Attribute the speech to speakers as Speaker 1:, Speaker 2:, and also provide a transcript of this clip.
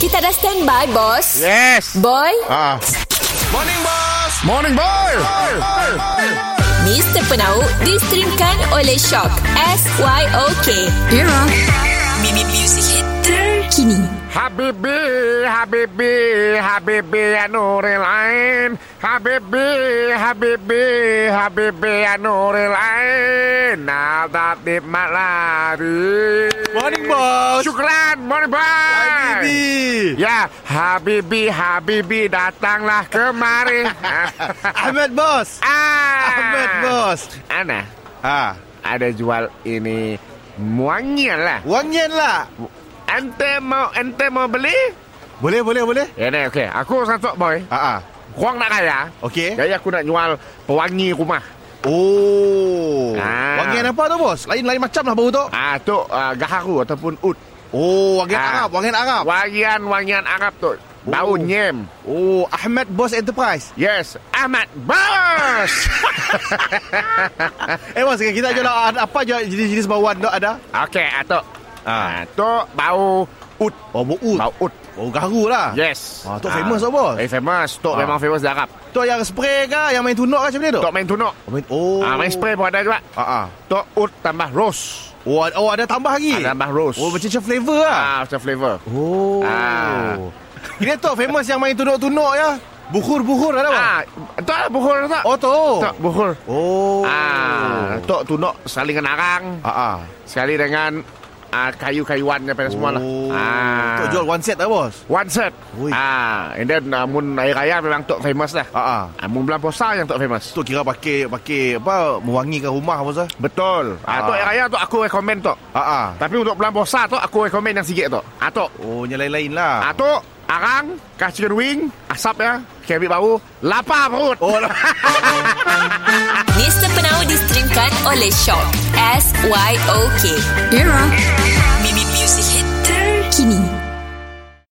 Speaker 1: Kita dah standby, bos.
Speaker 2: Yes.
Speaker 1: Boy,
Speaker 2: Ah.
Speaker 3: Morning Boss
Speaker 2: Morning boy.
Speaker 1: Mr. Penau distrimkan oleh Shock. S-Y-O-K. Era. Mimi Music Hit terkini.
Speaker 2: Habibi, Habibi, Habibi Anuri Lain. Habibi, Habibi, Habibi Anuri Lain. Now that the malari.
Speaker 3: Morning Boss
Speaker 2: Syukran, morning boy.
Speaker 3: Habibi
Speaker 2: Ya, Habibi, Habibi datanglah kemari.
Speaker 3: Ahmad Boss
Speaker 2: ah.
Speaker 3: Ahmad Boss
Speaker 2: Ana,
Speaker 3: Ha
Speaker 2: ada jual ini muangnya lah.
Speaker 3: Wangian lah
Speaker 2: Ente mau ente mau beli?
Speaker 3: Boleh boleh boleh
Speaker 2: Ya ni okey. Aku satu boy.
Speaker 3: Ha ah.
Speaker 2: Korang nak kaya?
Speaker 3: Okey
Speaker 2: Jadi aku nak jual pewangi rumah.
Speaker 3: Oh
Speaker 2: Ah.
Speaker 3: Wangian apa tu Boss Lain-lain macam lah baru tu
Speaker 2: Ah tu uh, gaharu ataupun ud.
Speaker 3: Oh wangian
Speaker 2: Ah.
Speaker 3: Arab Wangian Arab
Speaker 2: Wangian-wangian Arab tu. Bau
Speaker 3: Oh.
Speaker 2: nyem.
Speaker 3: Oh Ahmad Boss Enterprise
Speaker 2: Yes, Ahmad Bos.
Speaker 3: Eh Boss
Speaker 2: Ah.
Speaker 3: kita jual apa jual jenis-jenis bauan tu ada
Speaker 2: okey, atuk. Ah,
Speaker 3: Ah.
Speaker 2: tu bau ud.
Speaker 3: Oh bau
Speaker 2: Bau ud.
Speaker 3: Oh garu lah
Speaker 2: Yes.
Speaker 3: Ah, tu famous lah, bos.
Speaker 2: Eh famous, tu
Speaker 3: Ah.
Speaker 2: memang famous di Arab.
Speaker 3: Tu yang spray ke Yang main tunuk ke macam mana tu
Speaker 2: Tu main tunuk.
Speaker 3: Oh, main, oh.
Speaker 2: Ah, main spray pun ada juga.
Speaker 3: Ah, ah.
Speaker 2: Tu ud tambah rose.
Speaker 3: Oh, ada- oh, ada tambah lagi.
Speaker 2: Ah, tambah rose.
Speaker 3: Oh, macam-macam flavor lah.
Speaker 2: Ah, macam flavor.
Speaker 3: Oh.
Speaker 2: Ah.
Speaker 3: Kira tu famous yang main tunuk-tunuk ya. Buhur-buhur ada apa?
Speaker 2: Ah, tu lah buhur tu.
Speaker 3: Oh, tu.
Speaker 2: Tak buhur.
Speaker 3: Oh.
Speaker 2: Ah, tok tunuk saling dengan arang.
Speaker 3: Ah, ah.
Speaker 2: Sekali dengan ah, kayu-kayuan daripada semua lah.
Speaker 3: Oh.
Speaker 2: Ah.
Speaker 3: Tok jual one set tak, bos?
Speaker 2: One set.
Speaker 3: Ui.
Speaker 2: Ah, and then uh, mun air raya memang tok famous lah.
Speaker 3: Ah, ah.
Speaker 2: Ah, mun bulan puasa yang tok famous.
Speaker 3: Tu kira pakai pakai apa mewangikan rumah bos ah.
Speaker 2: Betul. Ah, tok
Speaker 3: Ah.
Speaker 2: air raya tu aku recommend tok.
Speaker 3: Ah, ah.
Speaker 2: Tapi untuk bulan puasa tu aku recommend yang sikit tok. Ah tok.
Speaker 3: Oh, yang lain-lain lah.
Speaker 2: Ah tok arang, kah chicken wing, asap ya, kebab bau, lapar perut.
Speaker 3: Oh, lah.
Speaker 1: Mr. Penau distrimkan oleh Shock. S-Y-O-K. Era.